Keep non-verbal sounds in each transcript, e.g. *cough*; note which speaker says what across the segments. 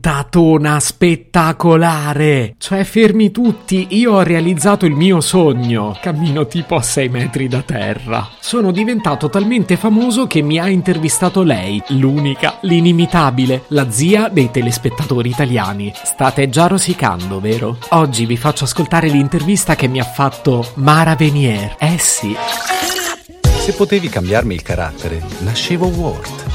Speaker 1: puntatona spettacolare! Cioè, fermi tutti, io ho realizzato il mio sogno. Cammino tipo a 6 metri da terra. Sono diventato talmente famoso che mi ha intervistato lei, l'unica, l'inimitabile, la zia dei telespettatori italiani. State già rosicando, vero? Oggi vi faccio ascoltare l'intervista che mi ha fatto Mara Venier. Eh sì.
Speaker 2: Se potevi cambiarmi il carattere, nascevo Ward.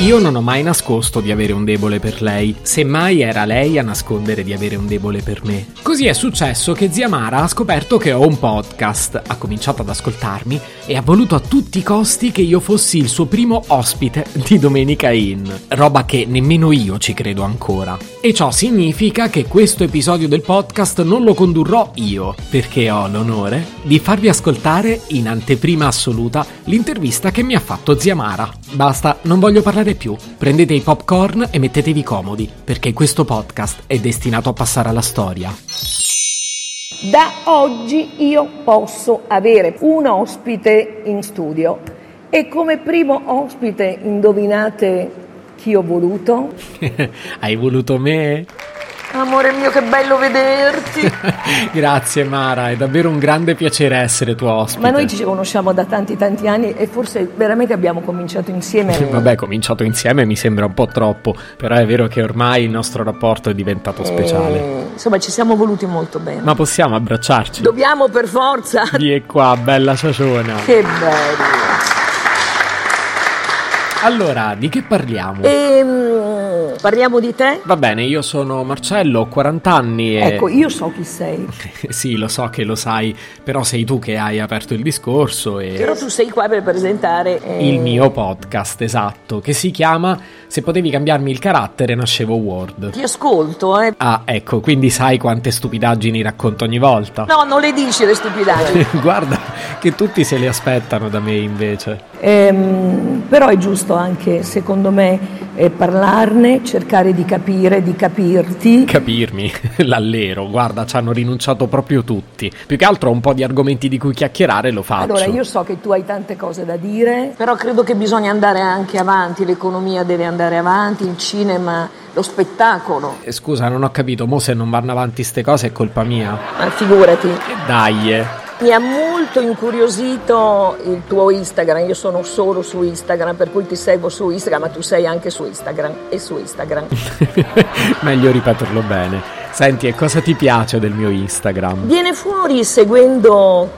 Speaker 1: Io non ho mai nascosto di avere un debole per lei, semmai era lei a nascondere di avere un debole per me. Così è successo che zia Mara ha scoperto che ho un podcast, ha cominciato ad ascoltarmi e ha voluto a tutti i costi che io fossi il suo primo ospite di Domenica In, roba che nemmeno io ci credo ancora. E ciò significa che questo episodio del podcast non lo condurrò io, perché ho l'onore di farvi ascoltare in anteprima assoluta l'intervista che mi ha fatto zia Mara. Basta, non voglio parlare più. Prendete i popcorn e mettetevi comodi, perché questo podcast è destinato a passare alla storia. *laughs*
Speaker 3: Da oggi io posso avere un ospite in studio e come primo ospite indovinate chi ho voluto?
Speaker 1: Hai voluto me?
Speaker 3: Amore mio, che bello vederti!
Speaker 1: *laughs* Grazie Mara, è davvero un grande piacere essere tuo ospite.
Speaker 3: *laughs* Ma noi ci conosciamo da tanti tanti anni e forse veramente abbiamo cominciato insieme.
Speaker 1: Vabbè, cominciato insieme mi sembra un po' troppo, però è vero che ormai il nostro rapporto è diventato speciale.
Speaker 3: Eh, insomma, ci siamo voluti molto bene.
Speaker 1: Ma possiamo abbracciarci?
Speaker 3: Dobbiamo per forza!
Speaker 1: Vieni qua, bella ciaciona!
Speaker 3: *laughs* Che bello!
Speaker 1: Allora, di che parliamo?
Speaker 3: Eh. Ehm, parliamo di te?
Speaker 1: Va bene, io sono Marcello, ho 40 anni e...
Speaker 3: Ecco, io so chi sei.
Speaker 1: *laughs* sì, lo so che lo sai, però sei tu che hai aperto il discorso e...
Speaker 3: Però tu sei qua per presentare... eh,
Speaker 1: Il mio podcast, esatto, che si chiama Se potevi cambiarmi il carattere nascevo Word.
Speaker 3: Ti ascolto, eh.
Speaker 1: Ah, ecco, quindi sai quante stupidaggini racconto ogni volta. *laughs*
Speaker 3: No, non le dici le stupidaggini.
Speaker 1: Guarda che tutti se le aspettano da me invece.
Speaker 3: Ehm, però è giusto anche, secondo me, eh, parlarne, cercare di capire, di capirti.
Speaker 1: Capirmi, *laughs* l'allero, guarda, ci hanno rinunciato proprio tutti. Più che altro ho un po' di argomenti di cui chiacchierare lo faccio.
Speaker 3: Allora, io so che tu hai tante cose da dire, però credo che bisogna andare anche avanti, l'economia deve andare avanti, il cinema, lo spettacolo.
Speaker 1: Eh, Scusa, non ho capito, mo se non vanno avanti ste cose è colpa mia.
Speaker 3: Ma figurati,
Speaker 1: E dai. eh. *laughs*
Speaker 3: mi ha molto incuriosito il tuo Instagram, io sono solo su Instagram, per cui ti seguo su Instagram, ma tu sei anche su Instagram e su Instagram.
Speaker 1: Meglio ripeterlo bene. Senti, e cosa ti piace del mio Instagram?
Speaker 3: Viene fuori seguendo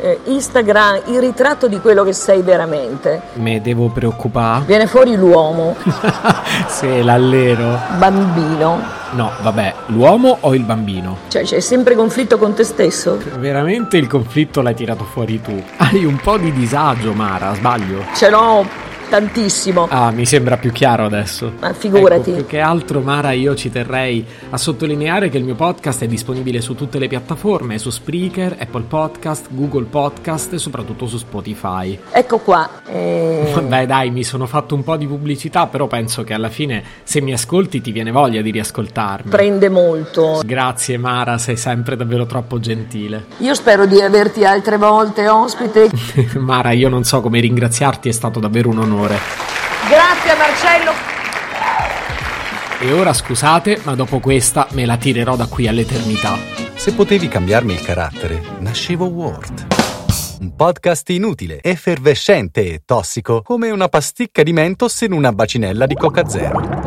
Speaker 3: eh, Instagram il ritratto di quello che sei veramente.
Speaker 1: Me devo preoccupare?
Speaker 3: Viene fuori l'uomo,
Speaker 1: *laughs* Se l'allero.
Speaker 3: bambino,
Speaker 1: No, vabbè, l'uomo o il bambino?
Speaker 3: cioè c'è sempre conflitto con te stesso.
Speaker 1: Veramente il conflitto l'hai tirato fuori tu. Hai un po' di disagio, Mara, sbaglio?
Speaker 3: Ce l'ho tantissimo,
Speaker 1: Ah, mi sembra più chiaro adesso.
Speaker 3: ma figurati.
Speaker 1: Ecco, più che altro, Mara, io ci terrei a sottolineare che il mio podcast è disponibile su tutte le piattaforme, su Spreaker, Apple Podcast, Google Podcast e soprattutto su Spotify.
Speaker 3: Ecco qua. eh,
Speaker 1: *laughs* Vabbè, dai, mi sono fatto un po' di pubblicità, però penso che alla fine, se mi ascolti, ti viene voglia di riascoltarmi.
Speaker 3: prende molto.
Speaker 1: Grazie, Mara, sei sempre davvero troppo gentile. *laughs*
Speaker 3: Io spero di averti altre volte ospite.
Speaker 1: Mara, io non so come ringraziarti, è stato davvero un onore.
Speaker 3: Grazie Marcello.
Speaker 1: E ora scusate, ma dopo questa me la tirerò da qui all'eternità.
Speaker 2: Se potevi cambiarmi il carattere, nascevo Ward. Un podcast inutile, effervescente e tossico, come una pasticca di mentos in una bacinella di Coca Zero.